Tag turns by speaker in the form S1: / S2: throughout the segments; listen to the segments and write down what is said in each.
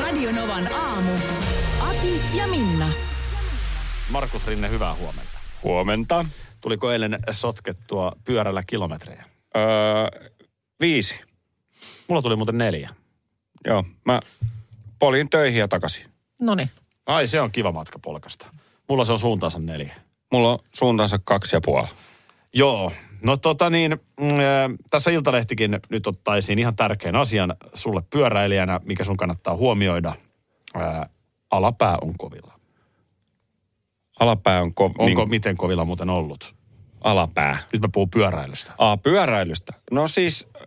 S1: Radionovan aamu. Ati ja Minna.
S2: Markus Rinne, hyvää huomenta.
S3: Huomenta.
S2: Tuliko eilen sotkettua pyörällä kilometrejä?
S3: Öö, viisi.
S2: Mulla tuli muuten neljä.
S3: Joo, mä polin töihin ja takaisin.
S4: No niin.
S2: Ai, se on kiva matka polkasta. Mulla se on suuntaansa neljä.
S3: Mulla on suuntaansa kaksi ja puoli.
S2: Joo, no tota niin, mm, tässä Iltalehtikin nyt ottaisiin ihan tärkeän asian sulle pyöräilijänä, mikä sun kannattaa huomioida. Ää, alapää on kovilla.
S3: Alapää on ko-
S2: Onko
S3: niin,
S2: miten kovilla muuten ollut?
S3: alapää.
S2: Nyt mä puhun pyöräilystä.
S3: Aa, pyöräilystä. No siis, äh,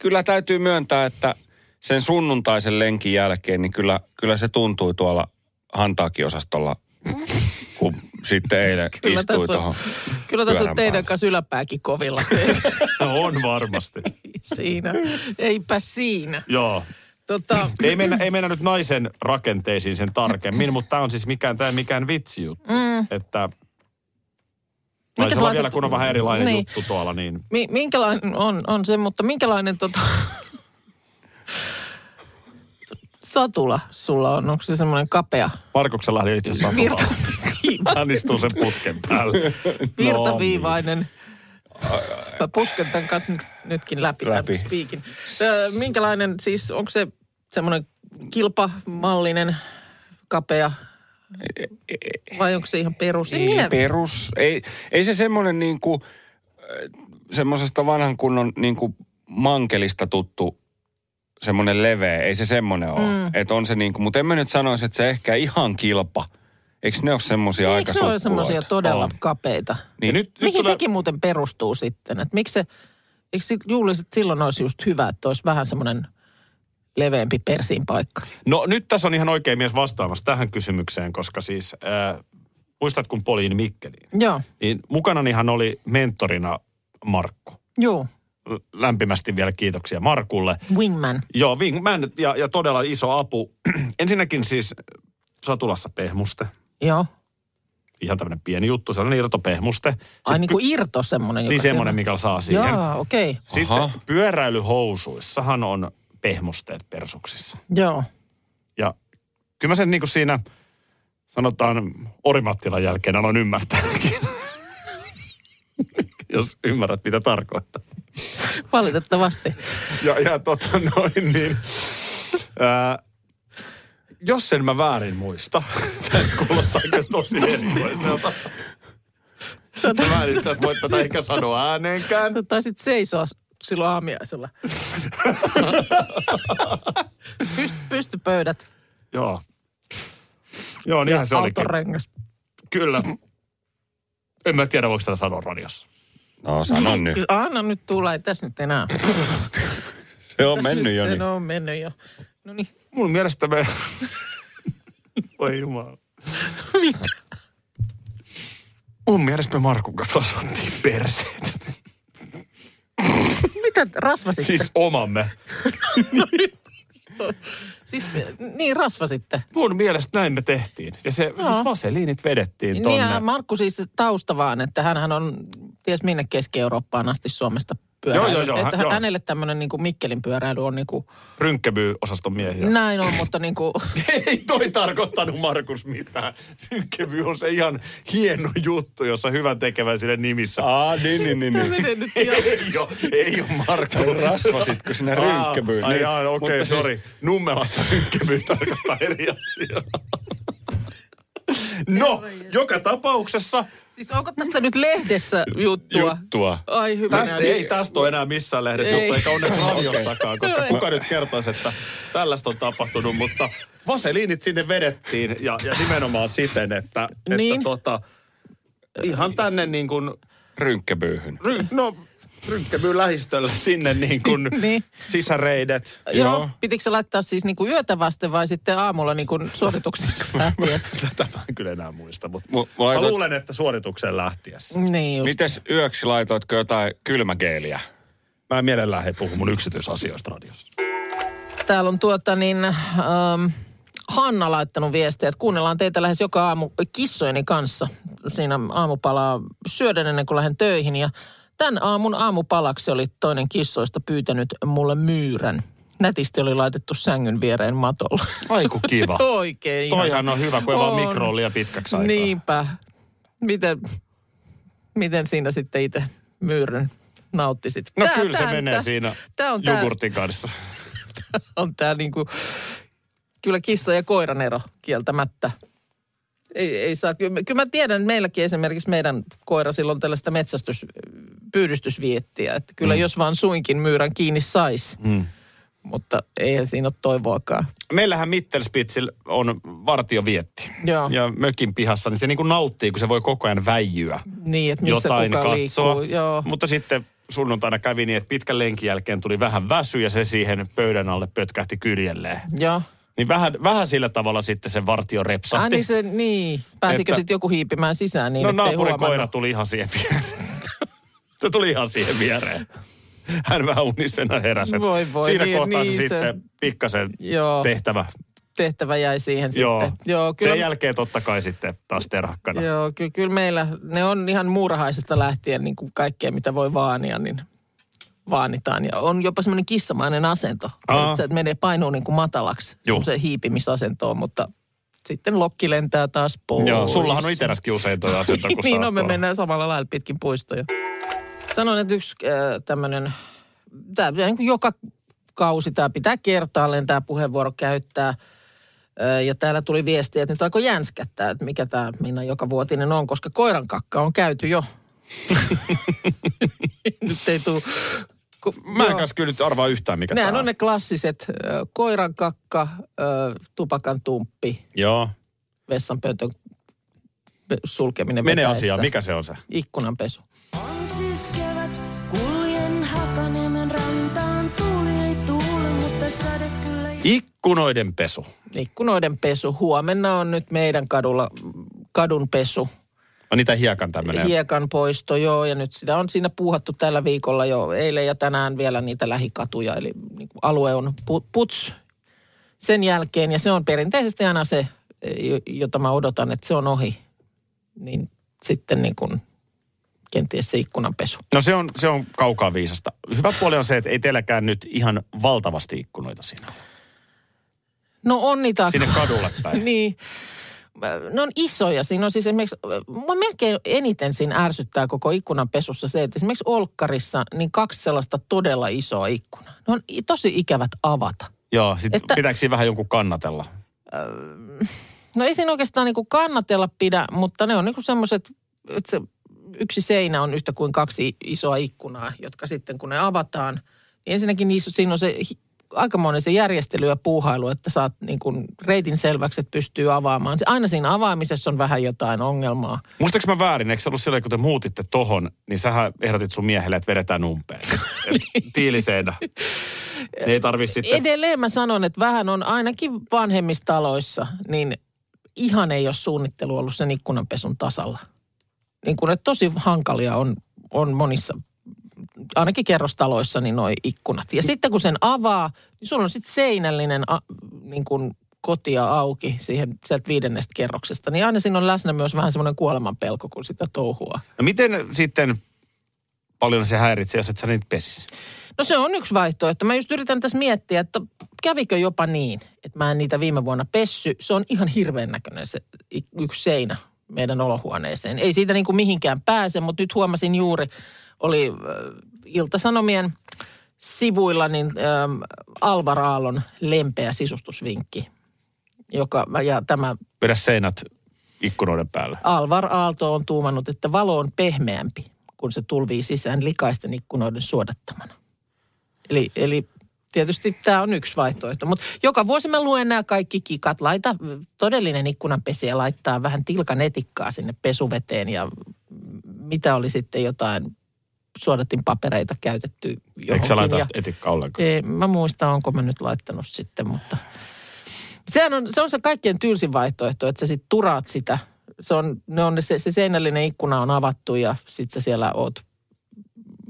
S3: kyllä täytyy myöntää, että sen sunnuntaisen lenkin jälkeen, niin kyllä, kyllä se tuntui tuolla Hantaakin-osastolla, kun sitten eilen
S4: Kyllä tässä
S3: istui
S4: on-
S3: tuohon
S4: Kyllä tässä
S3: pyörän
S4: on teidän
S3: päällä.
S4: kanssa yläpääkin kovilla.
S2: No on varmasti.
S4: siinä. Eipä siinä.
S2: Joo.
S4: Tota,
S2: Ei mennä, ei mennä nyt naisen rakenteisiin sen tarkemmin, mutta tämä on siis mikään, tää ei mikään vitsi juttu. Mm. Että naisella
S4: sellaiset-
S2: vielä kun on vähän erilainen niin.
S4: Niin.
S2: juttu tuolla, niin
S4: mi- minkälainen on, on se, mutta minkälainen tota... satula sulla on? Onko se semmoinen kapea
S2: Markuksella oli itse asiassa
S4: virta,
S2: satulaa.
S4: No.
S2: Hän istuu sen putken päälle.
S4: virtaviivainen? Mä pusken tämän kanssa nyt, nytkin läpi, niin. läpi.
S3: Läpi.
S4: tämän spiikin. Ö, Minkälainen siis, onko se semmoinen kilpamallinen kapea vai onko se ihan perus? E- Ei,
S3: Ei
S4: minä-
S3: perus, ei, ei se semmoinen niin kuin, semmoisesta vanhan kunnon niin kuin mankelista tuttu semmoinen leveä, ei se semmoinen ole. Mm. Että on se niin kuin, mutta en mä nyt sanoisi, että se ehkä ihan kilpa. Eikö ne ole semmoisia aika
S4: Eikö Niin, se ole semmoisia
S3: sukkuloita?
S4: todella
S3: On.
S4: kapeita?
S2: Ja
S3: Niin.
S2: nyt, nyt
S4: Mihin
S2: tulee-
S4: sekin muuten perustuu sitten? Että miksi se, eikö sit luulisi, että silloin olisi just hyvä, että olisi vähän semmoinen leveämpi persiin paikka?
S2: No nyt tässä on ihan oikea mies vastaamassa tähän kysymykseen, koska siis äh, muistat kun poliin Mikkeliin,
S4: Joo,
S2: niin mukananihan oli mentorina Markku.
S4: joo,
S2: L- Lämpimästi vielä kiitoksia Markulle.
S4: wingman.
S2: Joo, Wingman ja, ja todella iso apu. Ensinnäkin siis satulassa pehmuste.
S4: Joo,
S2: Ihan tämmöinen pieni juttu, sellainen irtopehmuste.
S4: ai
S2: Sitten
S4: niin kuin irto semmoinen.
S2: niin
S4: joka
S2: semmoinen,
S4: siellä-
S2: mikä saa siihen.
S4: Joo, okei, okay.
S2: Sitten
S3: Aha.
S2: pyöräilyhousuissahan on pehmusteet persuksissa.
S4: joo.
S2: Ja kyllä mä sen niin kuin siinä, sanotaan Orimattilan jälkeen aloin ymmärtääkin. Jos ymmärrät, mitä tarkoittaa.
S4: Valitettavasti.
S2: Ja, ja tota noin, niin... Ää, jos en mä väärin muista, tämä kuulostaa aika tosi erikoiselta. Sä mä en itse asiassa voi tätä ehkä sanoa ääneenkään.
S4: Sä taisit seisoa silloin aamiaisella. Pyst, pystypöydät,
S2: Joo. Joo, niinhän se olikin.
S4: autorengas.
S2: Kyllä. En mä tiedä, voiko tätä sanoa radiossa.
S3: No sanon nyt.
S4: Anna nyt tulla, ei tässä nyt enää.
S3: Se on mennyt jo
S4: Ei,
S3: niin.
S4: No on mennyt jo. No niin.
S2: Mun mielestä me... Voi jumala.
S4: Mitä?
S2: Mun mielestä me Markun kanssa rasvattiin perseet.
S4: Mitä rasvasitte? Siis,
S2: Siis omamme.
S4: siis niin rasvasitte.
S2: Mun mielestä näin me tehtiin. Ja se, no. siis vaseliinit vedettiin
S4: Niin
S2: tonne.
S4: ja Markku siis tausta vaan, että hänhän on ties minne Keski-Eurooppaan asti Suomesta pyöräily.
S2: Joo, joo, joo,
S4: Että
S2: hän- joo.
S4: hänelle tämmöinen niin Mikkelin pyöräily on niin kuin,
S2: Rynkkävyy-osaston miehiä.
S4: näin on, mutta niin kuin,
S2: Ei toi tarkoittanut Markus mitään. Rynkkävy on se ihan hieno juttu, jossa hyvän tekeväisyyden nimissä.
S3: Aa, niin, niin, niin. niin.
S4: nyt jo.
S2: Ei ole, ei ole Markus.
S3: Rasvasitko sinä rynkkämyyn?
S2: Aa, Ai jaa, okei, okay,
S3: Mutta
S2: sori. Siis... Nummelassa rynkkävyy tarkoittaa eri asiaa. No, joka tapauksessa
S4: Siis onko tästä nyt lehdessä juttua?
S3: Juttua.
S4: Ai hyvä.
S2: tästä,
S4: näin.
S2: ei tästä ole enää missään lehdessä
S4: Ei.
S2: juttu, eikä onneksi radiossakaan, koska
S4: Joo, ei.
S2: kuka nyt kertoisi, että tällaista on tapahtunut, mutta vaseliinit sinne vedettiin ja, ja nimenomaan siten, että, että
S4: Niin.
S2: tota, ihan tänne niin kuin,
S3: Rynkkäpyyhyn.
S2: ry- no Rynkkä myy lähistöllä sinne niin kuin
S4: Niin.
S2: sisäreidet.
S4: Joo.
S3: Joo.
S4: Joo. Pitikö se laittaa siis niinku yötä vasten vai sitten aamulla niinku suorituksen lähtiessä?
S2: Tätä mä en kyllä enää muista, mutta
S3: Mu-
S2: mä
S3: laitat-
S2: luulen, että suorituksen lähtiessä.
S4: niin just.
S3: Mites yöksi laitoitko jotain kylmägeeliä?
S2: Mä en mielellään he puhu mun yksityisasioista radiossa.
S4: Täällä on tuota niin, ähm, Hanna laittanut viestiä, että kuunnellaan teitä lähes joka aamu kissojeni kanssa. Siinä aamupalaa syödän ennen kuin lähden töihin ja tämän aamun aamupalaksi oli toinen kissoista pyytänyt mulle myyrän. Nätisti oli laitettu sängyn viereen matolla.
S2: Aiku kiva.
S4: Oikein. ihana.
S2: Toihan on hyvä, kun ei vaan
S4: On. Niin.
S2: mikro on liian pitkäksi aikaa.
S4: Niinpä. Miten, miten siinä sitten itse myyrän nauttisit?
S2: No
S4: Tää-
S2: kyllä se
S4: tää-
S2: menee
S4: tää-
S2: siinä
S4: tää on tää-
S2: jogurtin kanssa.
S4: on tämä niinku, kyllä kissa ja koiran ero kieltämättä. Ei, ei saa, kyllä, mä- kyllä mä tiedän, meilläkin esimerkiksi meidän koira silloin tällaista metsästys, pyydystysviettiä, että kyllä mm. jos vaan suinkin myyrän kiinni saisi, mm. mutta eihän siinä ole toivoakaan.
S2: Meillähän Mittelspitzil on vartiovietti.
S4: Joo.
S2: Ja mökin pihassa, niin se niin kuin nauttii, kun se voi koko ajan väijyä.
S4: Niin, että missä
S2: jotain
S4: kuka
S2: katsoa.
S4: liikkuu. Joo.
S2: Mutta sitten sunnuntaina kävi niin, että pitkän lenkin jälkeen tuli vähän väsy ja se siihen pöydän alle pötkähti kyljelleen.
S4: Joo.
S2: Niin vähän, vähän sillä tavalla sitten se vartio
S4: Ah,
S2: repsahti.
S4: niin se, niin. Pääsikö
S2: Että-
S4: sitten joku hiipimään sisään niin,
S2: no
S4: ettei
S2: naapurin
S4: huomannut?
S2: koira tuli ihan siihen viereen. se tuli ihan siihen viereen. Hän vähän unisena heräsi. että
S4: Voi voi,
S2: Siinä
S4: niin-
S2: kohtaa
S4: niin
S2: se
S4: se-
S2: sitten pikkasen
S4: Joo.
S2: tehtävä.
S4: tehtävä jäi siihen
S2: Joo.
S4: sitten. Joo, kyllä.
S2: Sen jälkeen totta kai sitten taas terhakkana.
S4: Joo, ky- kyllä meillä, ne on ihan muurahaisesta lähtien niin kuin kaikkea, mitä voi vaania, niin vaanitaan. Ja on jopa semmoinen kissamainen asento.
S2: Aa.
S4: Se, että menee painoon niin kuin matalaksi,
S2: Juu.
S4: se hiipimisasentoon, mutta sitten lokki lentää taas pois.
S2: Joo. Sullahan on itselläskin usein toi asento, kun
S4: niin,
S2: sä
S4: no
S2: oot
S4: me
S2: tuolla.
S4: mennään samalla lailla pitkin puistoja. Sanon, että yksi äh, tämmöinen, tämä niin joka kausi tämä pitää kertaalleen tämä puheenvuoro käyttää. Ö, Ja täällä tuli viesti, että nyt alkoi jänskättää, että mikä tämä Minna joka vuotinen on, koska koiran kakka on käyty jo. nyt ei tule.
S2: Mä en kanssa kyllä nyt arvaa yhtään, mikä
S4: Nehän
S2: tää
S4: on ne klassiset ö, koiran kakka, ö, tupakan tumppi,
S2: Joo.
S4: vessanpöntön pe- sulkeminen
S2: Mene
S4: vetäessä.
S2: asiaan, mikä se on se?
S4: Ikkunanpesu.
S1: On siis kevät, kuljen Hakaniemen rantaan. Tuuli ei tuule, mutta sade kyllä...
S2: Ikkunoiden pesu.
S4: Ikkunoiden pesu. Huomenna on nyt meidän kadulla mm, kadun pesu.
S2: On No niitä hiekan tämmöinen.
S4: Hiekan poisto, joo. Ja nyt sitä on siinä puuhattu tällä viikolla jo eilen ja tänään vielä niitä lähikatuja. Eli niin kuin alue on pu- puts sen jälkeen. Ja se on perinteisesti aina se, jo- jota mä odotan, että se on ohi. Niin sitten niin kuin kenties se ikkunanpesu.
S2: no se on, se on kaukaa viisasta. Hyvä puoli on se, että ei teilläkään nyt ihan valtavasti ikkunoita siinä.
S4: No on niitä.
S2: Sinne kadulle päin.
S4: niin. Ne on isoja. Siinä on siis esimerkiksi, mua melkein eniten siinä ärsyttää koko ikkunan pesussa se, että esimerkiksi Olkkarissa niin kaksi sellaista todella isoa ikkunaa. Ne on i- tosi ikävät avata.
S2: Joo, sit että...
S4: Että-
S2: pitääkö siinä vähän jonkun kannatella?
S4: No ei siinä oikeastaan niin kuin kannatella pidä, mutta ne on niin semmoiset, että se yksi seinä on yhtä kuin kaksi isoa ikkunaa, jotka sitten kun ne avataan, niin ensinnäkin niissä, siinä on se hi- aikamoinen se järjestely ja puuhailu, että saat niin kuin reitin selväksi, että pystyy avaamaan. Se- Aina siinä avaamisessa on vähän jotain ongelmaa.
S2: Muistaaks mä väärin, eikö se ollut silloin, kun te muutitte tohon, niin sähän ehdotit sun miehelle, että vedetään umpeen. Et tiiliseinä. Ne ei tarvi sitten...
S4: Edelleen mä sanon, että vähän on ainakin vanhemmissa taloissa, niin ihan ei ole suunnittelu ollut sen ikkunanpesun tasalla. Niin kun, että tosi hankalia on, on monissa, ainakin kerrostaloissa, niin noi ikkunat. Ja sitten kun sen avaa, niin sulla on sitten seinällinen a, niin kun kotia auki siihen sieltä viidennestä kerroksesta. Niin aina siinä on läsnä myös vähän semmoinen kuolemanpelko, kun sitä touhua.
S2: No miten sitten paljon se häiritsee, jos et sä niitä pesis?
S4: No se on yksi vaihtoehto. Mä just yritän tässä miettiä, että kävikö jopa niin, että mä en niitä viime vuonna pessy. Se on ihan hirveän näköinen se i- yksi seinä meidän olohuoneeseen. Ei siitä niin kuin mihinkään pääse, mutta nyt huomasin juuri, oli äh, Iltasanomien sivuilla niin ähm, Alvar Aallon lempeä sisustusvinkki, joka, ja tämä
S2: Vedä seinät ikkunoiden päälle.
S4: Alvar Aalto on tuumannut, että valo on pehmeämpi, kun se tulvii sisään likaisten ikkunoiden suodattamana. Eli, eli tietysti tämä on yksi vaihtoehto, mutta joka vuosi mä luen nämä kaikki kikat. Laita todellinen ikkunanpesijä laittaa vähän tilkan etikkaa sinne pesuveteen ja mitä oli sitten jotain suodatin papereita käytetty johonkin.
S2: Eikö sä laita
S4: ja-
S2: etikkaa ollenkaan?
S4: ei, mä muista, onko mä nyt laittanut sitten, mutta... Sehän on se, on se kaikkien tylsin vaihtoehto, että sä sit turaat sitä. Se, on, ne on, se, se seinällinen ikkuna on avattu ja sit sä siellä oot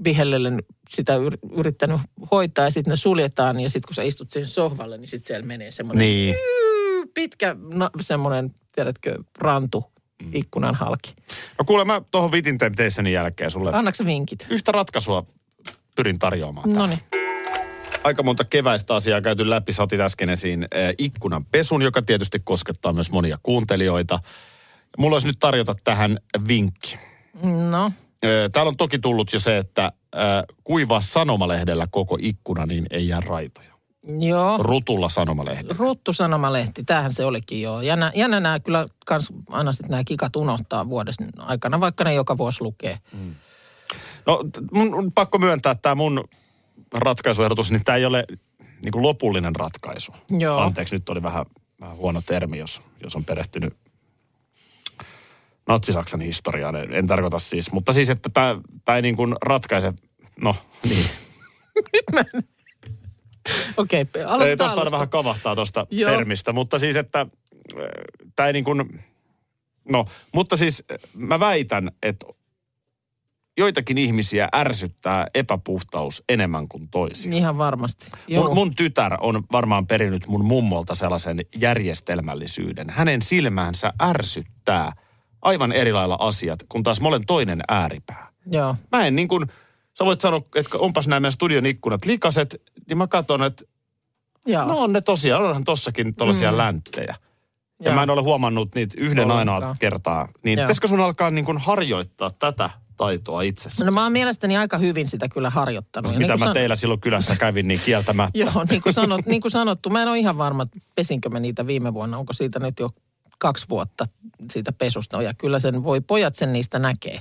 S4: vihellellen sitä yr, yrittänyt hoitaa ja sitten ne suljetaan ja sitten kun sä istut siihen sohvalle, niin sitten siellä menee semmoinen
S2: Niin.
S4: pitkä no, semmoinen, tiedätkö, rantu ikkunan halki.
S2: No kuule, mä tuohon vitin tein teisseni jälkeen sulle.
S4: Annaks sä vinkit?
S2: Yhtä ratkaisua pyrin tarjoamaan.
S4: No
S2: tähän.
S4: niin.
S2: Aika monta keväistä asiaa käyty läpi. Sä otit äsken esiin eh, ikkunan pesun, joka tietysti koskettaa myös monia kuuntelijoita. Mulla olisi nyt tarjota tähän vinkki.
S4: No,
S2: Ö, Täällä on toki tullut jo se, että ö, kuivaa sanomalehdellä koko ikkuna, niin ei jää raitoja.
S4: joo.
S2: Rutulla sanomalehdellä.
S4: Ruttu Sanomalehti, tämähän se olikin joo. Ja, nä, ja nä, nämä kyllä kans aina sitten nämä kikat unohtaa vuodessa aikana, vaikka ne joka vuosi lukee.
S2: Mm. No t- mun on pakko myöntää, että tämä mun ratkaisuehdotus, niin tämä ei ole niin kuin lopullinen ratkaisu.
S4: Joo.
S2: Anteeksi, nyt oli vähän, vähän huono termi, jos, jos on perehtynyt Natsi-Saksan historiaan. En, en tarkoita siis, mutta siis, että tämä, tämä ei niin kuin ratkaise, no niin.
S4: Okei, okay,
S2: Ei,
S4: aloitetaan
S2: tuosta aina
S4: alusta.
S2: vähän kavahtaa tuosta
S4: Joo.
S2: termistä, mutta siis, että tämä ei niin kuin, no, mutta siis äh, mä väitän, että joitakin ihmisiä ärsyttää epäpuhtaus enemmän kuin toisia.
S4: Ihan varmasti. Joo.
S2: Mun, mun tytär on varmaan perinyt mun mummolta sellaisen järjestelmällisyyden. Hänen silmäänsä ärsyttää aivan eri lailla asiat, kun taas mä olen toinen ääripää.
S4: joo.
S2: Mä en niin kuin, sä voit sanoa, että onpas nämä meidän studion ikkunat likaset, niin mä katson, että
S4: Joo.
S2: no on ne tosiaan, onhan tossakin tollaisia mm. länttejä. Ja
S4: joo.
S2: mä en ole huomannut niitä yhden
S4: Ollenkaan.
S2: ainoa kertaa. Niin
S4: Joo.
S2: pitäisikö sun alkaa niin kuin harjoittaa tätä taitoa itsessä?
S4: No mä oon mielestäni aika hyvin sitä kyllä harjoittanut. Ja
S2: Mitä
S4: niin
S2: mä
S4: kuin san-
S2: teillä silloin kylässä kävin, niin kieltämättä.
S4: Joo, niin kuin, sanot, niin kuin sanottu, mä en ole ihan varma, että pesinkö me niitä viime vuonna. Onko siitä nyt jo kaksi vuotta siitä pesusta? Ja kyllä sen voi, pojat sen niistä näkee.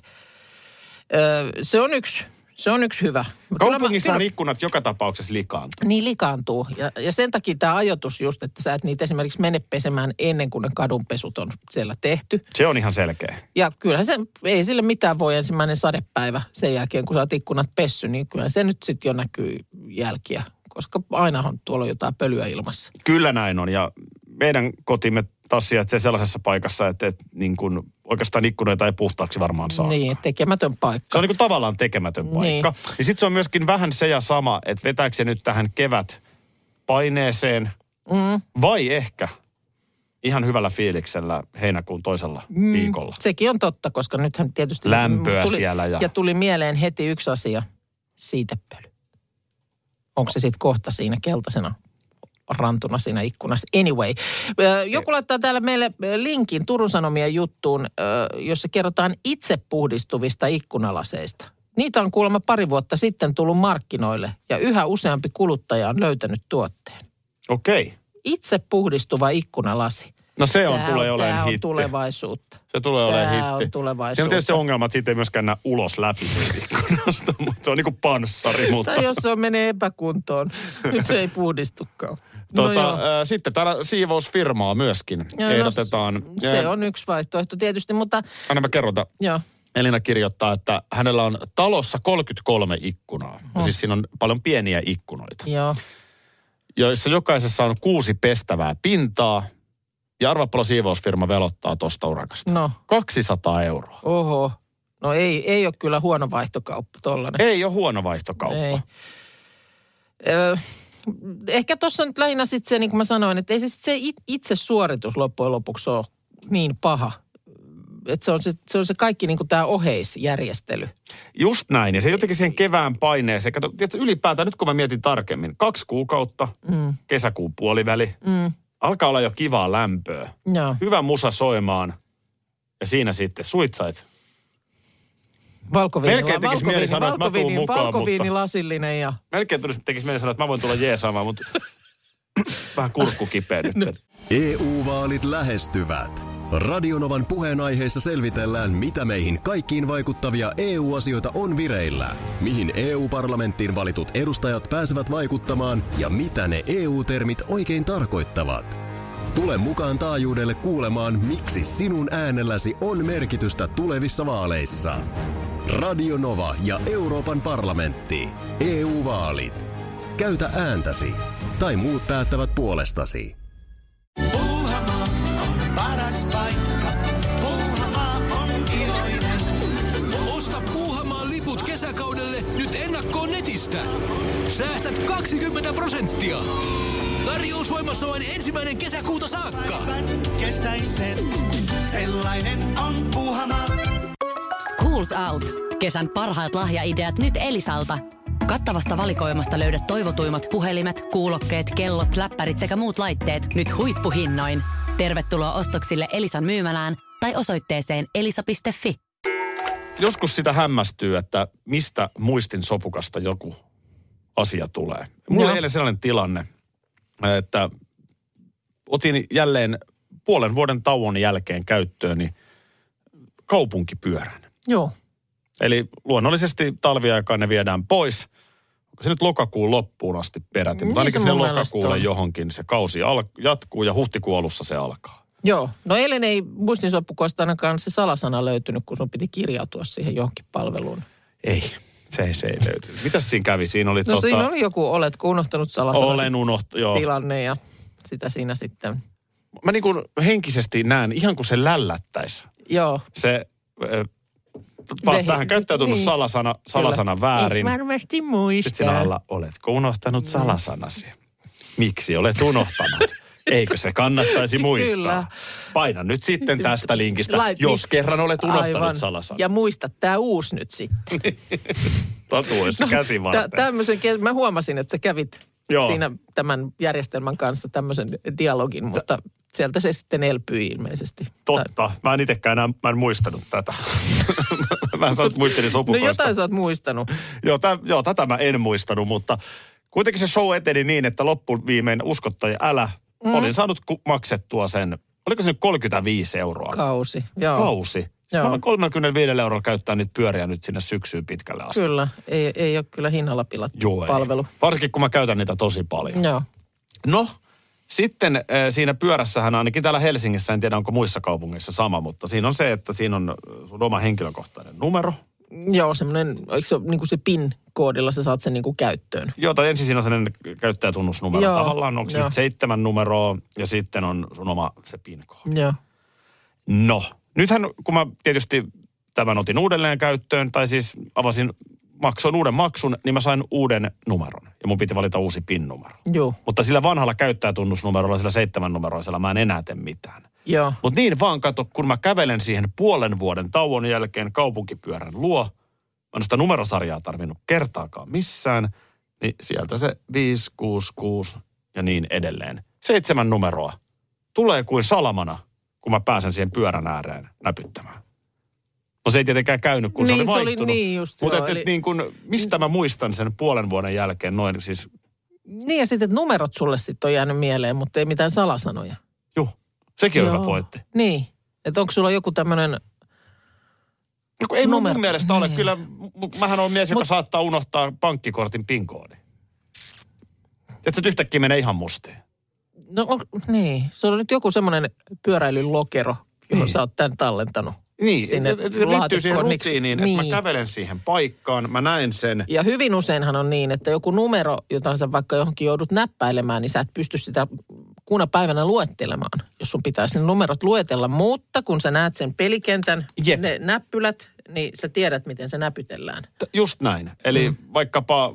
S4: Öö, se on yksi, se on yksi hyvä. Kyllä mä-
S2: Kaupungissa
S4: kyllä-
S2: on ikkunat joka tapauksessa likaantunut.
S4: Niin likaantuu. Ja, ja sen takia tämä ajoitus just, että sä et niitä esimerkiksi mene pesemään ennen kuin ne kadunpesut on siellä tehty.
S2: Se on ihan selkeä.
S4: Ja kyllähän se, ei sille mitään voi ensimmäinen sadepäivä sen jälkeen, kun sä oot ikkunat pessy, niin kyllä se nyt sitten jo näkyy jälkiä. Koska ainahan tuolla on jotain pölyä ilmassa.
S2: Kyllä näin on ja meidän kotimme taas sijaitsee sellaisessa paikassa, että, että niin kuin oikeastaan ikkunoita ei puhtaaksi varmaan saa.
S4: Niin, että tekemätön paikka.
S2: Se on niin kuin tavallaan tekemätön paikka. Niin. Ja sitten se on myöskin vähän se ja sama, että vetääkö se nyt tähän kevät paineeseen
S4: Mm,
S2: vai ehkä ihan hyvällä fiiliksellä heinäkuun toisella mm. viikolla.
S4: sekin on totta, koska nythän tietysti...
S2: Lämpöä
S4: tuli,
S2: siellä ja-
S4: Ja tuli mieleen heti yksi asia, siitepöly. Onko se sitten kohta siinä keltaisena rantuna siinä ikkunassa? Anyway, ö, joku laittaa täällä meille ö, linkin Turun Sanomien juttuun, ö, jossa kerrotaan itse puhdistuvista ikkunalaseista. Niitä on kuulemma pari vuotta sitten tullut markkinoille ja yhä useampi kuluttaja on löytänyt tuotteen.
S2: Okei. Okay.
S4: Itse puhdistuva ikkunalasi.
S2: No se on,
S4: Tää
S2: tulee
S4: tää
S2: olemaan
S4: on
S2: hitti.
S4: tulevaisuutta.
S2: Se tulee olemaan hitti.
S4: Tää on tulevaisuutta.
S2: Siinä on tietysti se ongelma, että siitä ei myöskään näe ulos läpi siitä ikkunasta, mutta se on niin kuin
S4: No
S2: panssari. Mutta...
S4: Tai jos se on- menee epäkuntoon. Nyt se ei puhdistukaan.
S2: Tota,
S4: joo.
S2: no äh, sitten täällä siivousfirmaa myöskin
S4: Ja
S2: ja
S4: no
S2: ehdotetaan.
S4: s- Se on yksi vaihtoehto tietysti, mutta
S2: Anna mä kerrota.
S4: joo.
S2: Elina kirjoittaa, että hänellä on talossa 33 ikkunaa.
S4: Oh.
S2: Ja siis siinä on paljon pieniä ikkunoita,
S4: joo.
S2: joissa jokaisessa on kuusi pestävää pintaa. Ja arva paljon siivousfirma velottaa tosta urakasta.
S4: No,
S2: 200 euroa.
S4: oho. No ei, ei ole kyllä huono vaihtokauppa tollainen.
S2: Ei ole huono vaihtokauppa. Ei.
S4: Ö, Öö, ehkä tuossa nyt lähinnä sitten se, niin kuin mä sanoin, että ei se, sit se it- itse suoritus loppujen lopuksi ole niin paha. Että se on se, se on se kaikki niin kuin tämä oheisjärjestely.
S2: Just näin. Ja se jotenkin siihen kevään paineeseen. Kato, tiedätkö, ylipäätään nyt kun mä mietin tarkemmin. Kaksi kuukautta,
S4: Mm,
S2: kesäkuun puoliväli.
S4: mm,
S2: Alkaa olla jo kivaa lämpöä.
S4: joo.
S2: hyvä musa soimaan. Ja siinä sitten suitsait.
S4: Valkoviinila-
S2: Melkein tekisi mieli sanoa, että mä tuun
S4: valkoviini-
S2: mukaan, mutta-
S4: Valkoviinilasillinen ja...
S2: Melkein tulisi tekisi mieli sanoa, että mä voin tulla jeesaamaan, mutta vähän kurkku kipeä nyt.
S4: No,
S5: EU-vaalit E lähestyvät. Radionovan puheenaiheessa selvitellään, mitä meihin kaikkiin vaikuttavia EU-asioita on vireillä, mihin EU-parlamenttiin valitut edustajat pääsevät vaikuttamaan ja mitä ne EU-termit oikein tarkoittavat. Tule mukaan taajuudelle kuulemaan, miksi sinun äänelläsi on merkitystä tulevissa vaaleissa. Radio Nova ja Euroopan parlamentti. EU-vaalit. Käytä ääntäsi. Tai muut päättävät puolestasi.
S6: Puuhamaa on paras paikka. Puuhamaa on iloinen.
S7: Osta Puuhamaan liput kesäkaudelle nyt ennakkoon netistä. Säästät 20 prosenttia. Tarjous voimassa vain ensimmäinen kesäkuuta saakka.
S6: Kesäisen. Sellainen on Puuhamaa.
S8: Schools Out. Kesän parhaat lahjaideat nyt Elisalta. Kattavasta valikoimasta löydät toivotuimmat puhelimet, kuulokkeet, kellot, läppärit sekä muut laitteet nyt huippuhinnoin. Tervetuloa ostoksille Elisan myymälään tai osoitteeseen elisa.fi.
S2: Joskus sitä hämmästyy, että mistä muistin sopukasta joku asia tulee. Mulla
S4: Joo.
S2: oli eilen sellainen tilanne, että otin jälleen puolen vuoden tauon jälkeen käyttööni kaupunkipyörän.
S4: Joo.
S2: Eli luonnollisesti talviaikaan ne viedään pois. Onko se nyt lokakuun loppuun asti peräti?
S4: Niin
S2: Mutta ainakin
S4: se
S2: sinne
S4: mun mielestä
S2: lokakuulle
S4: on.
S2: johonkin se kausi al- jatkuu ja huhtikuun alussa se alkaa.
S4: Joo. No eilen ei muistinsopukoista ainakaan se salasana löytynyt, kun sun piti kirjautua siihen johonkin palveluun.
S2: Ei, se, se ei löytynyt. Mitäs siinä kävi? Siinä oli
S4: No
S2: tota,
S4: siinä oli joku, oletko unohtanut
S2: olen
S4: salasana
S2: unohtanut. Joo.
S4: tilanne ja sitä siinä sitten.
S2: Mä niin kuin henkisesti näen, ihan kuin se lällättäisi.
S4: Joo.
S2: Se, ö, mä oon
S4: Vehi-
S2: tähän käyttäytynyt
S4: niin.
S2: salasana, salasana
S4: Et
S2: väärin.
S4: varmasti
S2: Sitten siinä
S4: muista.
S2: alla, oletko
S4: Mm.
S2: unohtanut salasanasi? Miksi olet unohtanut? Eikö se kannattaisi
S4: Ky-
S2: muistaa?
S4: kyllä.
S2: Paina nyt sitten tästä linkistä,
S4: Lait-
S2: jos kerran olet unohtanut
S4: Aivan.
S2: salasanan.
S4: Ja muista tämä uusi nyt sitten. No,
S2: Tatuoissa käsi varten.
S4: Tä- tämmöisen, ke- mä huomasin, että sä kävit
S2: Joo.
S4: Joo. siinä tämän järjestelmän kanssa tämmöisen dialogin, mutta sieltä se sitten elpyi ilmeisesti. Tai- No
S2: Totta. Mä en itsekään enää, mä en muistanut tätä. mä en saanut muistelin
S4: No
S2: sopukoista.
S4: jotain sä oot muistanut.
S2: joo, tä, joo, tätä mä en muistanut, mutta kuitenkin se show eteni niin, että loppuviimein uskottaja älä. Mm. Olin saanut ku- maksettua sen, oliko se nyt 35 euroa?
S4: Kausi. Joo.
S2: kausi. Joo.
S4: Joo.
S2: Mä voin 35 euroa käyttää niitä pyöriä nyt sinne syksyyn pitkälle asti.
S4: Kyllä. Ei, ei ole kyllä hinnalla pilattu
S2: Joo,
S4: Joo,
S2: ei.
S4: palvelu.
S2: Varsinkin kun mä käytän niitä tosi paljon.
S4: Joo.
S2: No, sitten äh, siinä pyörässähän ainakin täällä Helsingissä, en tiedä onko muissa kaupungeissa sama, mutta siinä on se, että siinä on äh, sun oma henkilökohtainen numero.
S4: Joo, semmoinen, eikö se ole niin kuin se PIN-koodilla sä saat sen niin kuin käyttöön?
S2: Joo, tai ensin siinä on sellainen käyttäjätunnusnumero Joo.
S4: Joo,
S2: tavallaan, onko se
S4: joo.
S2: nyt seitsemän numeroa ja sitten on sun oma se pin code.
S4: Joo.
S2: No, nythän kun mä tietysti tämän otin uudelleen käyttöön, tai siis avasin, maksoin uuden maksun, niin mä sain uuden numeron. Ja mun piti valita uusi PIN-numero.
S4: Joo.
S2: Mutta sillä vanhalla käyttäjätunnusnumerolla, sillä seitsemän numeroisella, mä en enää tee mitään.
S4: Joo.
S2: Mutta niin vaan kato, kun mä kävelen siihen puolen vuoden tauon jälkeen kaupunkipyörän luo, mä en sitä numerosarjaa tarvinnut kertaakaan missään, niin sieltä se 566 ja niin edelleen. Seitsemän numeroa. Tulee kuin salamana, kun mä pääsen siihen pyörän ääreen näpyttämään. No se ei tietenkään käynyt, kun
S4: Niin,
S2: se
S4: se
S2: oli
S4: oli
S2: vaihtunut.
S4: niin just,
S2: Mutta
S4: joo,
S2: et,
S4: eli-
S2: et niin kun, mistä mä muistan sen puolen vuoden jälkeen noin siis,
S4: Niin ja sitten, että numerot sulle sitten on jäänyt mieleen, mutta ei mitään salasanoja.
S2: juh, sekin on
S4: Joo.
S2: hyvä pointti.
S4: Niin. Että onko sulla joku tämmöinen
S2: No kun ei mun, mun
S4: Numero.
S2: mielestä ole.
S4: Niin.
S2: Kyllä, m- mähän on mies, joka
S4: Mut-
S2: saattaa unohtaa pankkikortin PIN-koodin. Että se nyt yhtäkkiä menee ihan mustiin.
S4: No on, niin, se on nyt joku semmoinen pyöräilylokero, johon sä oot tämän tallentanut.
S2: Niin,
S4: Sinne
S2: et- et se liittyy siihen
S4: laatikkoon, miksi-
S2: rutiiniin, niin. että
S4: niin.
S2: mä kävelen siihen paikkaan, mä näen sen.
S4: Ja hyvin useinhan on niin, että joku numero, jota sä vaikka johonkin joudut näppäilemään, niin sä et pysty sitä kuuna päivänä luettelemaan, jos sun pitäisi ne numerot luetella. Mutta kun sä näet sen pelikentän,
S2: Jep.
S4: ne näppylät, niin sä tiedät, miten se näpytellään.
S2: T- Just näin. Eli mm. vaikkapa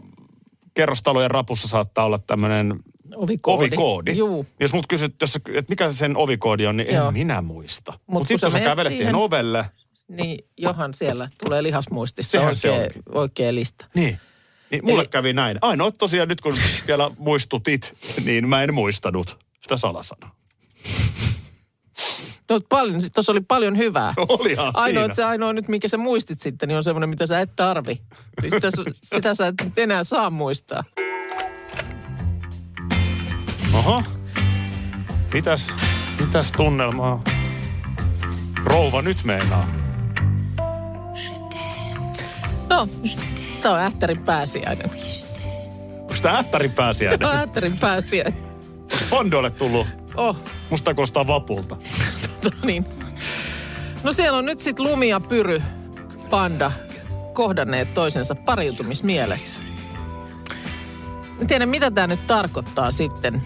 S2: kerrostalojen rapussa saattaa olla tämmöinen
S4: Ovikoodi.
S2: ovikoodi.
S4: Juu.
S2: Jos mut kysyt, jos, sä- että mikä sen ovikoodi on, niin
S4: Joo.
S2: en minä muista. Mutta Mut
S4: kun
S2: sitten
S4: sä
S2: kun sä
S4: menet
S2: kävelet siihen, siihen
S4: siihen-
S2: ovelle,
S4: Niin johan siellä tulee lihasmuistissa
S2: Sehän se
S4: oikea,
S2: onkin.
S4: oikea lista.
S2: Niin. Niin mulle
S4: Eli-
S2: kävi näin. Ainoa tosiaan nyt kun vielä muistutit, niin mä en muistanut sitä salasanaa.
S4: No, paljon, tuossa oli paljon hyvää.
S2: No, Olihan
S4: Ainoa,
S2: siinä.
S4: että se ainoa nyt, minkä sä muistit sitten, niin on semmoinen, mitä sä et tarvi. Siis Sitä, su- sitä sä et nyt enää saa muistaa.
S2: Oho. Mitäs, mitäs tunnelmaa? Rouva nyt meinaa.
S4: No, tää on Ähtärin pääsiäinen.
S2: Onko tää ättärin pääsiäinen?
S4: Tää on Ähtärin pääsiäinen.
S2: Onko Pandoille tullut
S4: Oh,
S2: mustakosta vapulta?
S4: Tota no niin. No siellä on nyt sit lumi ja pyry, panda kohdanneet toisensa pariutumismielessä. En tiedä, mitä tämä nyt tarkoittaa sitten.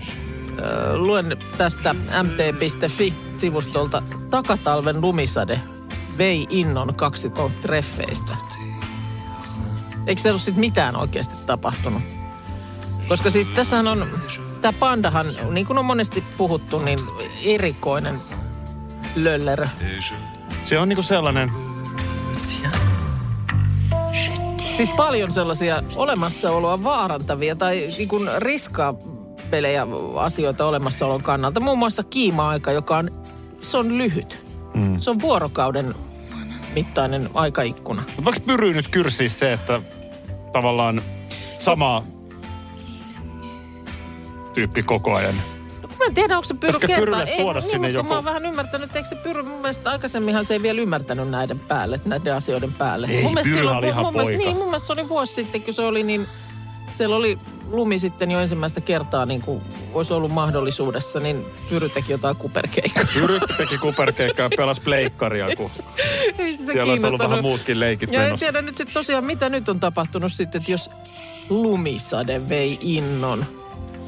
S4: Öö, luen tästä mt.fi-sivustolta takatalven lumisade vei innon kaksikon treffeistä. Eikö se ollut sit mitään oikeasti tapahtunut? Koska siis tässähän on, tämä pandahan, niin kuin on monesti puhuttu, niin erikoinen löllerö.
S2: Se on niinku sellainen,
S4: Siis paljon sellaisia olemassaoloa vaarantavia tai niin kuin riskaa pelejä asioita olemassaolon kannalta. Muun muassa kiima-aika, joka on, se on lyhyt. Mm. Se on vuorokauden mittainen aikaikkuna.
S2: Mut vaikka pyryy nyt kyrsiä se, että tavallaan sama tyyppi koko ajan.
S4: No, Mä en tiedä, onko se pyry
S2: Pitäisikö
S4: kertaa.
S2: pyrylle
S4: Ei,
S2: tuoda
S4: niin,
S2: sinne
S4: mutta
S2: joku-
S4: mä oon vähän ymmärtänyt, että eikö se pyry, mun mielestä aikaisemminhan se ei vielä ymmärtänyt näiden päälle, näiden asioiden päälle.
S2: Ei,
S4: mun mielestä
S2: Pyryhän
S4: silloin,
S2: oli
S4: mun,
S2: ihan
S4: mun mielestä,
S2: poika.
S4: niin, mun mielestä se oli vuosi sitten, kun se oli niin, siellä oli lumi sitten jo ensimmäistä kertaa, niin kuin olisi ollut mahdollisuudessa, niin pyry teki jotain kuperkeikkaa.
S2: Pyry teki kuperkeikkaa ja pelasi pleikkaria, kun
S4: Ei sitä
S2: siellä olisi ollut
S4: kiinnostanut.
S2: vähän muutkin leikit
S4: Ja en
S2: menossa.
S4: tiedä nyt sitten tosiaan, mitä nyt on tapahtunut sitten, että jos lumisade vei innon.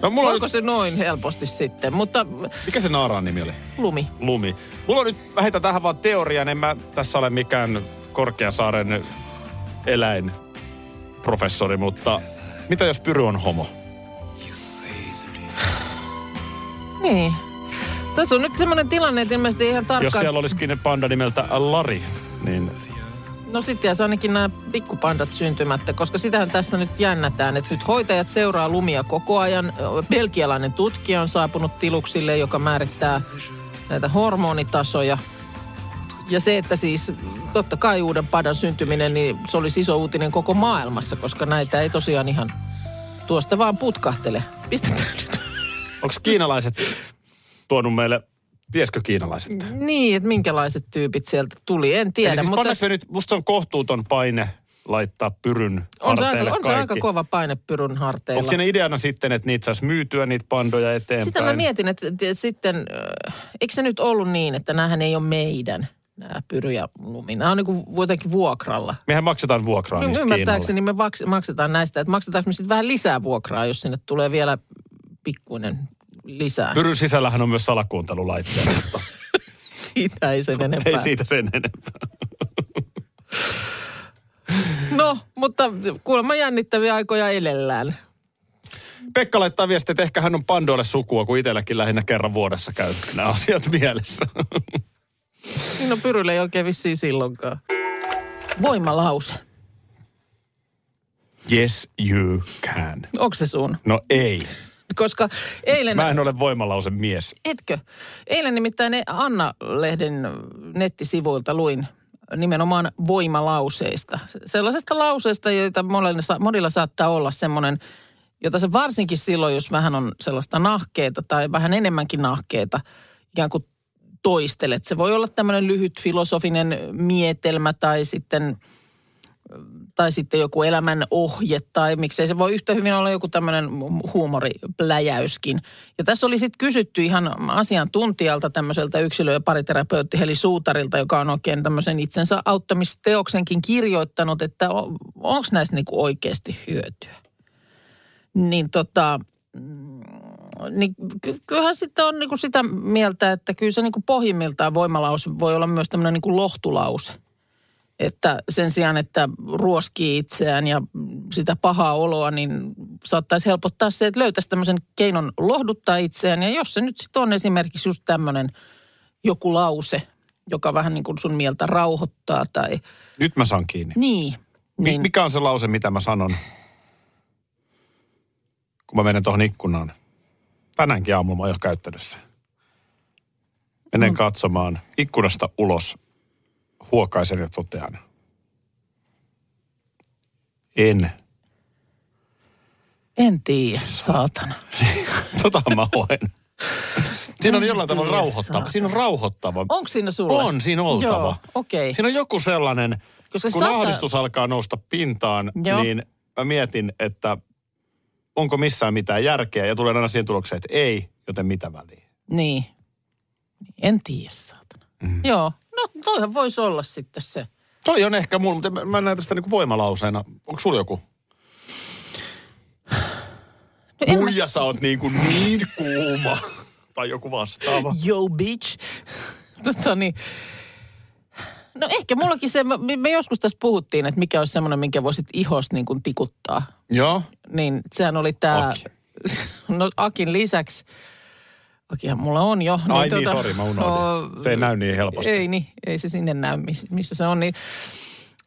S2: No, mulla on
S4: Onko
S2: nyt,
S4: se noin helposti sitten? Mutta
S2: mikä se naaraan nimi oli?
S4: lumi.
S2: Lumi. Mulla on nyt, vähintään tähän vaan teorian, en mä tässä ole mikään Korkeasaaren eläinprofessori, mutta mitä jos Pyry on homo?
S4: Niin. Tässä on nyt semmoinen tilanne, että ilmeisesti ei ihan
S2: Jos
S4: tarkkaan...
S2: siellä olisikin ne panda nimeltä Lari, niin
S4: No sitten jäisi ainakin nämä pikkupandat syntymättä, koska sitähän tässä nyt jännätään, että nyt hoitajat seuraa lumia koko ajan. Ö, Belgialainen tutkija on saapunut tiluksille, joka määrittää näitä hormonitasoja. Ja se, että siis totta kai uuden padan syntyminen, niin se olisi iso uutinen koko maailmassa, koska näitä ei tosiaan ihan tuosta vaan putkahtele. Pistetään nyt.
S2: onko kiinalaiset tuonut meille, tieskö kiinalaiset?
S4: Niin, että minkälaiset tyypit sieltä tuli, en tiedä.
S2: Eli siis mutta... me nyt, musta se on kohtuuton paine laittaa pyryn
S4: on se,
S2: harteille
S4: aika, on se
S2: kaikki.
S4: aika kova paine pyryn harteilla.
S2: Onko siinä ideana sitten, että niitä saisi myytyä, niitä pandoja niin eteenpäin?
S4: Sitä mä mietin, että t- sitten, äh, eikö se nyt ollut niin, että näähän ei ole meidän, nämä Pyry ja Lumi. Nämä on niin kuitenkin vuokralla.
S2: Mehän maksetaan vuokraa
S4: Minun
S2: niistä
S4: ymmärtääkseni me vaks- maksetaan näistä, että maksetaanko me sitten vähän lisää vuokraa, jos sinne tulee vielä pikkuinen lisää.
S2: Kiinalla. Pyryn sisällähän on myös salakuuntelulaitteet. mutta
S4: Siitä ei sen enempää.
S2: Ei siitä sen enempää.
S4: No, mutta kuulemma jännittäviä aikoja elellään.
S2: Pekka laittaa viestiä, että ehkä hän on pandoille sukua, kun itselläkin lähinnä kerran vuodessa käy nämä asiat mielessä.
S4: Niin no Pyrylle ei oikein vissiin silloinkaan. Voimalause.
S2: Yes, you can.
S4: Onko se sun?
S2: No ei.
S4: Koska eilen...
S2: Mä en ole voimalausen mies.
S4: Etkö? Eilen nimittäin ne Anna-lehden nettisivuilta luin nimenomaan voimalauseista. Sellaisesta lauseesta, joita monella, monilla saattaa olla semmoinen, jota se varsinkin silloin, jos vähän on sellaista nahkeita tai vähän enemmänkin nahkeita, ikään kuin toistelet. Se voi olla tämmöinen lyhyt filosofinen mietelmä tai sitten tai sitten joku elämän ohje tai miksei se voi yhtä hyvin olla joku tämmöinen huumoripläjäyskin. Ja tässä oli sitten kysytty ihan asiantuntijalta tämmöiseltä yksilö- ja pariterapeutti Heli Suutarilta, joka on oikein tämmöisen itsensä auttamisteoksenkin kirjoittanut, että onko näistä niinku oikeasti hyötyä. Niin tota, mm, niin ky- kyllähän sitten on niinku sitä mieltä, että kyllä se niinku pohjimmiltaan voimalause voi olla myös tämmöinen niinku lohtulause. Että sen sijaan, että ruoskii itseään ja sitä pahaa oloa, niin saattaisi helpottaa se, että löytäisi tämmöisen keinon lohduttaa itseään. Ja jos se nyt sitten on esimerkiksi just tämmöinen joku lause, joka vähän niin kuin sun mieltä rauhoittaa tai...
S2: Nyt mä saan kiinni.
S4: Niin.
S2: Niin.
S4: niin.
S2: Mikä on se lause, mitä mä sanon, kun mä menen tuohon ikkunaan? Tänäänkin aamulla mä oon jo käyttänyt sen. Menen mm. katsomaan ikkunasta ulos, huokaisen ja totean. En.
S4: En tiedä, saatana.
S2: Totahan Tota mä hoen. Siinä on
S4: En
S2: jollain tavalla
S4: tiedä,
S2: rauhoittava.
S4: saatana.
S2: Siinä on rauhoittava.
S4: Onko siinä sulla?
S2: On siinä oltava.
S4: Joo, okei.
S2: Siinä on joku sellainen,
S4: Koska
S2: kun
S4: saattaa-
S2: ahdistus alkaa nousta pintaan,
S4: Joo.
S2: niin mä mietin, että onko missään mitään järkeä. Ja tulen aina siihen tulokseen, että ei, joten mitä väliä.
S4: Niin. En tiedä, saatana. Mm. Joo. No toihan voisi olla sitten se.
S2: Toi on ehkä mulla, mutta mä, mä näen tästä niinku voimalauseena. Onko sulla joku?
S4: No en mä-
S2: Muija sä oot niinku niin kuuma. tai joku vastaava.
S4: Yo bitch. Tota niin. No ehkä mullakin se, me- me joskus tässä puhuttiin, että mikä olisi semmoinen, minkä voisit ihosta niin kuin tikuttaa.
S2: Joo.
S4: Niin sehän oli tämä,
S2: Aki.
S4: no Akin lisäksi, Akihan mulla on jo. tota-
S2: No, ai niin, sori, mä unohdin. Se ei näy niin helposti.
S4: tuota, Ei niin, ei se sinne näy, miss- missä se on. Niin,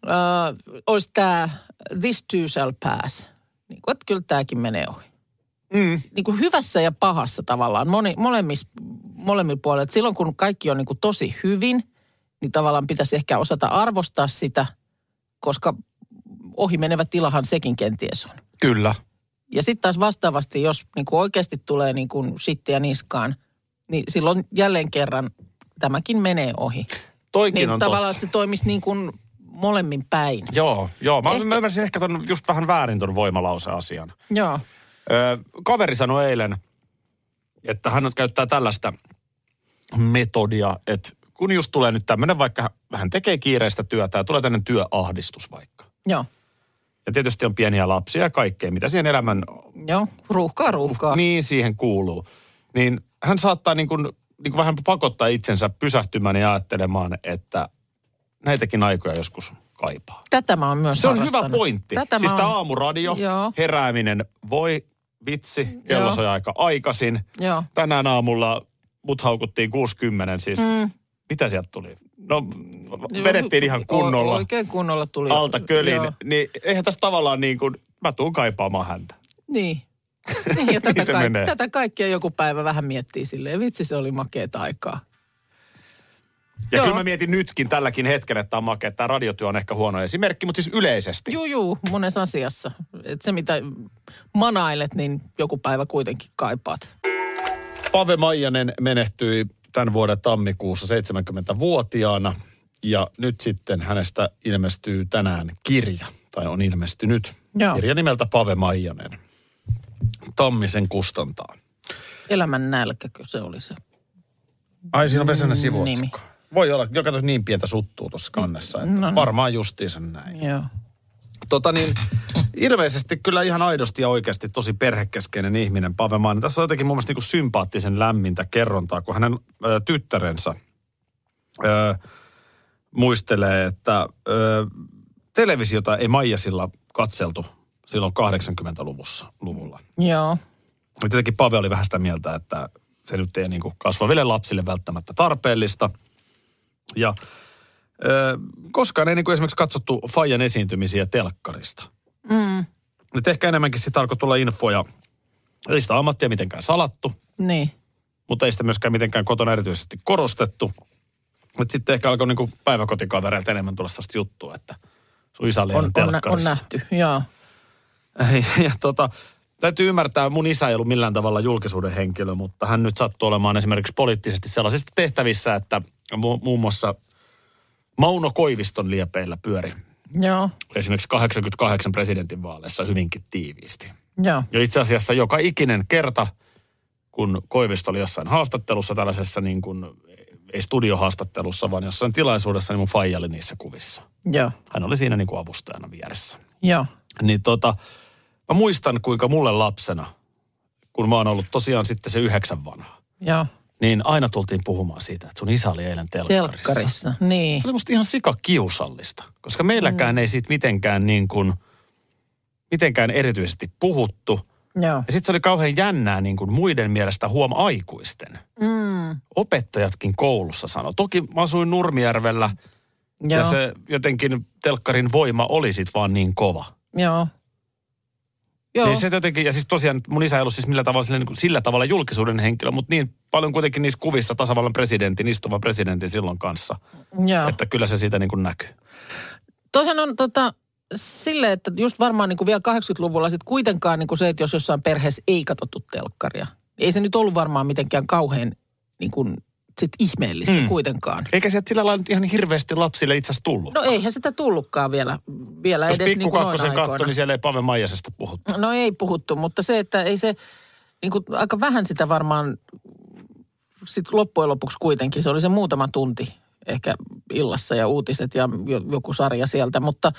S4: äh, olisi tämä This Too Shall Pass. Niin kuin, että kyllä tämäkin menee ohi. Mm. Niin kuin hyvässä ja pahassa tavallaan, moni, molemmissa, molemmilla puolilla. Et silloin kun kaikki on niin kuin tosi hyvin, niin tavallaan pitäisi ehkä osata arvostaa sitä, koska ohi menevä tilahan sekin kenties on.
S2: Kyllä.
S4: Ja sitten taas vastaavasti, jos niin kuin oikeasti tulee niin kuin sittiä niskaan, niin silloin jälleen kerran tämäkin menee ohi.
S2: Toikin
S4: Niin
S2: on
S4: tavallaan,
S2: totta.
S4: että se toimisi niin kuin molemmin päin.
S2: Joo, joo. Mä,
S4: Ehkä-
S2: mä ymmärsin ehkä ton just vähän väärin ton voimalauseasian.
S4: Joo.
S2: Öö, kaveri sanoi eilen, että hän nyt käyttää tällaista metodia, että kun just tulee nyt tämmöinen, vaikka hän tekee kiireistä työtä ja tulee tämmöinen työahdistus vaikka.
S4: Joo.
S2: Ja tietysti on pieniä lapsia ja kaikkea, mitä siihen elämän,
S4: Joo. Ruuhkaa, ruuhkaa. Niin.
S2: niin siihen kuuluu. Niin hän saattaa niin kuin, niin kuin vähän pakottaa itsensä pysähtymään ja ajattelemaan, että näitäkin aikoja joskus kaipaa.
S4: Tätä mä oon myös
S2: Se on hyvä
S4: harrastanut.
S2: pointti.
S4: Tätä
S2: siis
S4: mä
S2: tämä
S4: oon-
S2: aamuradio,
S4: Joo.
S2: herääminen, voi vitsi, kello
S4: Joo.
S2: soi aika aikaisin.
S4: Joo.
S2: Tänään aamulla mut haukuttiin 60, siis mm. mitä sieltä tuli? No vedettiin ihan kunnolla
S4: O- oikein kunnolla tuli.
S2: alta kölin,
S4: Joo.
S2: niin eihän tässä tavallaan niin kuin, mä tuun kaipaamaan häntä.
S4: Niin. niin ja tätä,
S2: se
S4: kaik-
S2: menee.
S4: tätä kaikkea joku päivä vähän miettii silleen. Vitsi, se oli makeeta aikaa.
S2: Ja
S4: Joo.
S2: kyllä mä mietin nytkin tälläkin hetkellä, että tämä on makea. Tämä radiotyö on ehkä huono esimerkki, mutta siis yleisesti.
S4: Juu, juu, monessa asiassa. Et se, mitä manailet, niin joku päivä kuitenkin kaipaat.
S2: Pave Maijanen menehtyi tämän vuoden tammikuussa 70-vuotiaana. Ja nyt sitten hänestä ilmestyy tänään kirja, tai on ilmestynyt.
S4: Joo.
S2: Kirja nimeltä Pave Maijanen. Tammisen kustantaa.
S4: Elämän nälkäkö se oli se?
S2: Ai siinä on Vesana
S4: Mm, Nimi.
S2: sivuotsikko. Voi olla, joka tuossa niin pientä suttuu tuossa kannessa, että
S4: No
S2: no,
S4: niin.
S2: varmaan justiinsa näin.
S4: Joo.
S2: Tota niin, ilmeisesti kyllä ihan aidosti ja oikeasti tosi perhekeskeinen ihminen Pave Mainen. Tässä on jotenkin mun mielestä niin kuin sympaattisen lämmintä kerrontaa, kun hänen ö, tyttärensä ö, muistelee, että ö, televisiota ei Maijasilla katseltu silloin 80-luvussa. Luvulla.
S4: Joo.
S2: Ja Tietenkin Pave oli vähän sitä mieltä, että se nyt ei niin kuin kasvaville lapsille välttämättä tarpeellista. Ja ö, koskaan ei niin kuin esimerkiksi katsottu Fajan esiintymisiä telkkarista.
S4: Mm,
S2: Nyt ehkä enemmänkin sitä alkoi tulla infoja. Ei sitä ammattia mitenkään salattu,
S4: niin.
S2: mutta ei sitä myöskään mitenkään kotona erityisesti korostettu. Mutta sitten ehkä alkoi niin päiväkotikavereilta enemmän tulla sellaista juttua, että sun isä oli
S4: On, on, nä- on
S2: telkkarissa.
S4: nähty, joo.
S2: Ja, ja tota, täytyy ymmärtää, mun isä ei ollut millään tavalla julkisuuden henkilö, mutta hän nyt sattuu olemaan esimerkiksi poliittisesti sellaisissa tehtävissä, että mu- muun muassa Mauno Koiviston liepeillä pyöri
S4: Joo,
S2: esimerkiksi 88 presidentinvaaleissa hyvinkin tiiviisti.
S4: joo.
S2: Ja itse asiassa joka ikinen kerta, kun Koivisto oli jossain haastattelussa tällaisessa niin kuin, ei studiohaastattelussa, vaan jossain tilaisuudessa, niin mun faija oli niissä kuvissa.
S4: Joo,
S2: Hän oli siinä niin kuin avustajana vieressä
S4: joo.
S2: niin tota, mä muistan kuinka mulle lapsena, kun mä oon ollut tosiaan sitten se yhdeksän vanha,
S4: Joo,
S2: niin aina tultiin puhumaan siitä, että sun isä oli eilen telkkarissa.
S4: telkkarissa. Niin,
S2: Se oli musta ihan sikakiusallista, koska meilläkään mm. ei siitä mitenkään niin kuin, mitenkään erityisesti puhuttu.
S4: joo.
S2: Ja sitten se oli kauhean jännää niin kuin muiden mielestä huom aikuisten.
S4: Mm,
S2: Opettajatkin koulussa sanoi. Toki mä asuin Nurmijärvellä
S4: joo,
S2: ja se jotenkin telkkarin voima oli sit vaan niin kova.
S4: joo. Joo,
S2: Niin se jotenkin, ja siis tosiaan mun isä ei ollut siis millä tavalla, sillä, niin kuin, sillä tavalla julkisuuden henkilö, mutta niin paljon kuitenkin niissä kuvissa tasavallan presidentin, istuvan presidentin silloin kanssa,
S4: joo.
S2: että kyllä se siitä niin kuin näkyy.
S4: Toihan on tota, silleen, että just varmaan niin kuin vielä 80-luvulla sitten kuitenkaan niin kuin se, että jos jossain perheessä ei katsottu telkkaria. Ei se nyt ollut varmaan mitenkään kauhean niin kuin, sit ihmeellistä
S2: Mm.
S4: mm. kuitenkaan.
S2: Eikä sieltä sillä lailla nyt ihan hirveästi lapsille itse asiassa tullut.
S4: No eihän sitä tullutkaan vielä, vielä
S2: Jos
S4: edes
S2: pikku
S4: niin kuin noina
S2: kakkosen
S4: aikoina.
S2: katsoi, niin siellä ei Pave Maijasesta puhuttu.
S4: No ei puhuttu, mutta se, että ei se, niin kuin aika vähän sitä varmaan, sit loppujen lopuksi kuitenkin, se oli se muutama tunti ehkä illassa ja uutiset ja jo- joku sarja sieltä, mutta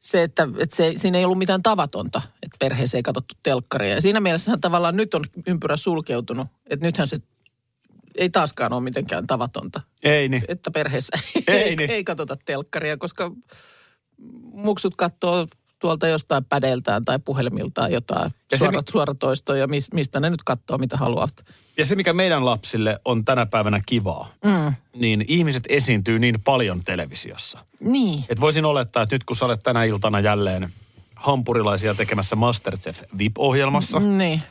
S4: se, että, että se, siinä ei ollut mitään tavatonta, että perheessä ei katsottu telkkaria. Ja siinä mielessähän tavallaan nyt on ympyrä sulkeutunut, että nythän se ei taaskaan ole mitenkään tavatonta,
S2: Ei niin.
S4: että perheessä
S2: Ei
S4: ei, ei,
S2: niin.
S4: ei katsota telkkaria, koska muksut katsoo tuolta jostain pädeltään tai puhelimiltaan jotain
S2: Ja se mi-
S4: suorat, suoratoistoja, mis- mistä ne nyt katsoo, mitä haluavat.
S2: Ja se, mikä meidän lapsille on tänä päivänä kivaa,
S4: Mm.
S2: niin ihmiset esiintyy niin paljon televisiossa.
S4: Niin.
S2: Et voisin olettaa, että nyt kun sä olet tänä iltana jälleen hampurilaisia tekemässä Masterchef VIP-ohjelmassa, mm.
S4: Niin.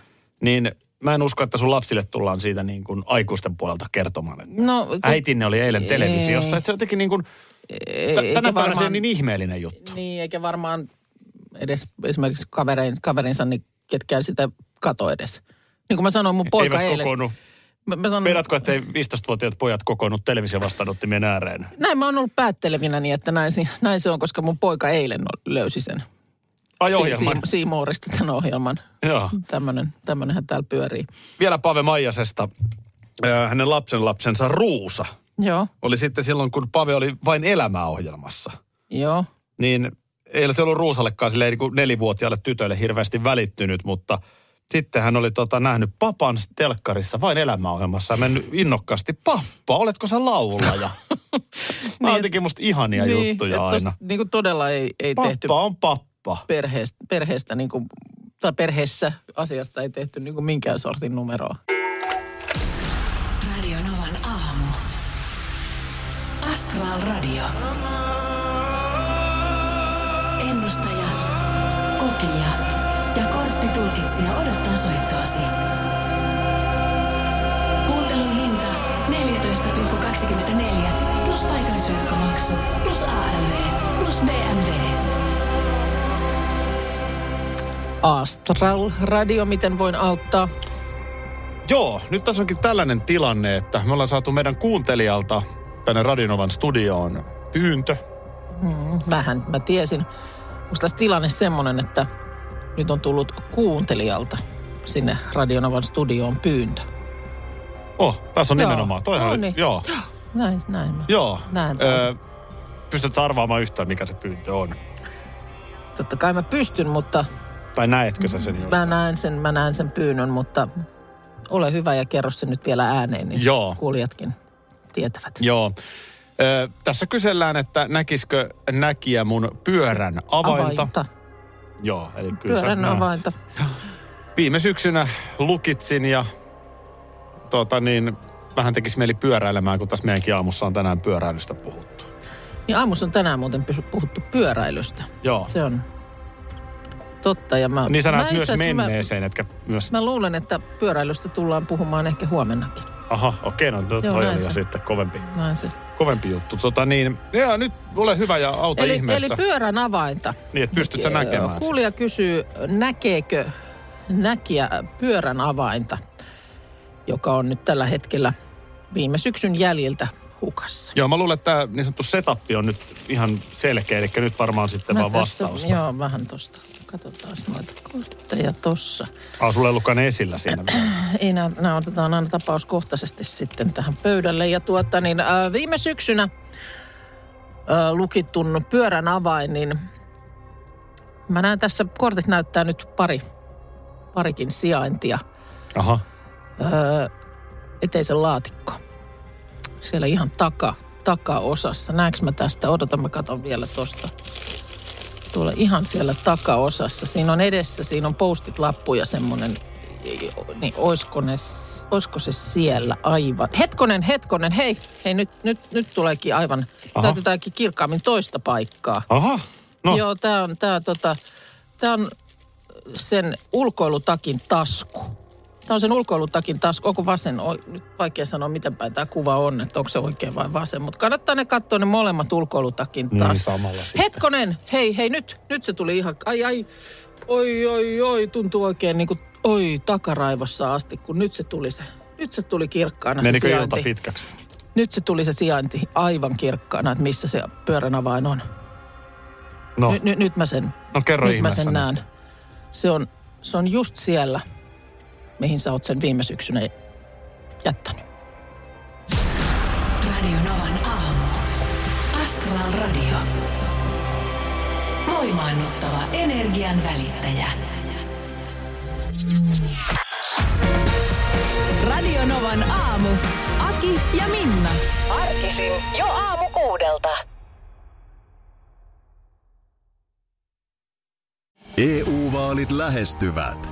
S2: niin mä en usko, että sun lapsille tullaan siitä niin kuin aikuisten puolelta kertomaan, että
S4: No, kun-
S2: äitinne oli eilen
S4: Ei.
S2: televisiossa. Että se on jotenkin niin kuin,
S4: ei-
S2: tä-
S4: eikä
S2: tänä päivänä se on
S4: varmaan-
S2: niin ihmeellinen juttu.
S4: Niin, eikä varmaan edes esimerkiksi kaverein, kaverinsa, niin ketkään sitä kato edes. Niin kuin mä sanoin mun poika
S2: Eivät
S4: eilen. Mm.
S2: kokoonnu.
S4: Mä, mä sanon,
S2: Meidätkö, että 15-vuotiaat pojat kokoonnut televisiovastaanottimien ääreen?
S4: näin mä oon ollut päättelevinä niin, että näin, si- näin se on, koska mun poika eilen o- löysi sen. Siis
S2: Ajo-ohjelman.
S4: Si- si- Siimoorista tämän ohjelman.
S2: Joo.
S4: Tämmönen, tämmönenhän täällä pyörii.
S2: Vielä Pave Maijasesta. Ö, Hänen lapsenlapsensa Ruusa
S4: Joo,
S2: oli sitten silloin, kun Pave oli vain elämäohjelmassa.
S4: joo.
S2: Niin ei se ollut Ruusallekaan silleen niin kuin nelivuotiaalle tytölle hirveästi välittynyt, mutta sitten hän oli tota, nähnyt papan telkkarissa vain elämäohjelmassa ja mennyt innokkaasti, pappa, oletko sä laulaja? Mä
S4: Niin,
S2: jotenkin musta ihania niin, juttuja
S4: että tosta
S2: aina.
S4: Niin kuin todella ei, ei tehty
S2: Pappa on pappa.
S4: perheestä, perheestä niin kuin, tai perheessä asiasta ei tehty niin kuin minkään sortin numeroa.
S9: Radio Novan aamu. Astral Radio. Ennustaja, kokija ja korttitulkitsija odottaa soittoasi. Kuuntelun hinta 14,24 plus paikallisverkkomaksu plus ALV plus BMW.
S4: Astral Radio, miten voin auttaa?
S2: Joo, nyt tässä onkin tällainen tilanne, että me ollaan saatu meidän kuuntelijalta tänne Radionovan studioon pyyntö.
S4: Vähän, mä tiesin. Musta tässä tilanne semmonen, että nyt on tullut kuuntelijalta sinne Radionavan studioon pyyntö.
S2: Oh, tässä on
S4: Joo.
S2: nimenomaan. Toihan
S4: No
S2: oli,
S4: niin.
S2: joo.
S4: Näin, näin mä.
S2: Joo.
S4: Näin
S2: Öö, pystyt arvaamaan yhtään, mikä se pyyntö on?
S4: Totta kai mä pystyn, mutta
S2: Tai näetkö sä sen jo?
S4: mä näen sen, mä näen sen pyynnön, mutta ole hyvä ja kerro sen nyt vielä ääneen, niin
S2: Joo.
S4: kuulijatkin tietävät.
S2: Joo. Öö, tässä kysellään, että näkisikö näkijä mun pyörän avainta. Joo, eli kyllä sä
S4: Pyörän
S2: näet.
S4: avainta.
S2: Viime syksynä lukitsin ja tota niin, vähän tekisi mieli pyöräilemään, kun tässä meidänkin aamussa on tänään pyöräilystä puhuttu.
S4: Niin aamussa on tänään muuten pysy- puhuttu pyöräilystä.
S2: Joo.
S4: Se on totta. Ja mä,
S2: Niin sä
S4: mä
S2: näet
S4: itse
S2: myös
S4: asiassa-
S2: menneeseen, etkä myös...
S4: Mä, mä luulen, että pyöräilystä tullaan puhumaan ehkä huomennakin.
S2: Aha, okei, no Joo,
S4: Joo,
S2: toi
S4: näin
S2: oli jo
S4: se.
S2: sitten kovempi,
S4: Näin se.
S2: kovempi juttu. Tota niin, ja nyt ole hyvä ja auta
S4: Eli,
S2: ihmeessä.
S4: eli pyörän avainta.
S2: Niin, että pystyt sä näkemään sen?
S4: Kuulija kysyy, näkeekö näkijä pyörän avainta, joka on nyt tällä hetkellä viime syksyn jäljiltä hukassa.
S2: Joo, mä luulen, että tämä niin sanottu setup on nyt ihan selkeä, eli nyt varmaan sitten
S4: Mä
S2: vaan
S4: tässä-
S2: vastaus.
S4: Joo, vähän tosta. Katsotaan noita kortteja tossa.
S2: Ah, sulla ei ollutkaan ne esillä siinä. vielä.
S4: Ei, nämä, nämä otetaan aina tapauskohtaisesti sitten tähän pöydälle. Ja tuota, niin, ää, viime syksynä ää, lukitun pyörän avain, niin mä näen tässä, kortit näyttää nyt pari, parikin sijaintia.
S2: Aha,
S4: Ää, eteisen laatikko. Siellä ihan taka, takaosassa. Näenkö mä tästä? Odotan, mä katon vielä tosta. Tuolla ihan siellä takaosassa. Siinä on edessä, siinä on postit lappu ja semmonen, niin oisko, ne, oisko se siellä aivan. Hetkonen, hetkonen, hei, hei nyt, nyt, nyt tuleekin aivan,
S2: Aha.
S4: täytetäänkin kirkkaammin toista paikkaa.
S2: aha. No,
S4: Joo, tää on, tää, tota, tää on sen ulkoilutakin tasku. Tämä on sen ulkoilutakin tasku. Onko vasen? Oi, Nyt vaikea sanoa, miten päin tämä kuva on, että onko se oikein vai vasen. Mutta kannattaa ne katsoa ne molemmat ulkoilutakin
S2: Niin,
S4: tasku.
S2: samalla sitten.
S4: Hetkonen, hei, hei, nyt, nyt se tuli ihan, ai, ai, oi, oi, oi, tuntuu oikein niin kuin, oi, takaraivossa asti, kun nyt se tuli se. Nyt se tuli kirkkaana
S2: menikö
S4: se
S2: ilta
S4: sijainti.
S2: pitkäksi?
S4: Nyt se tuli se sijainti aivan kirkkaana, että missä se pyörän avain on.
S2: No,
S4: Nyt, nyt, nyt mä sen
S2: no kerro
S4: nyt mä
S2: ihmeessä.
S4: sen
S2: nyt.
S4: näen. Se on, se on just siellä, mihin sä oot sen viime syksynä jättänyt.
S9: Radio Novan aamu. Astral Radio. Voimaannuttava energian välittäjä.
S8: Radio Novan aamu. Aki ja Minna. Arkisin jo aamu kuudelta.
S5: EU-vaalit E lähestyvät.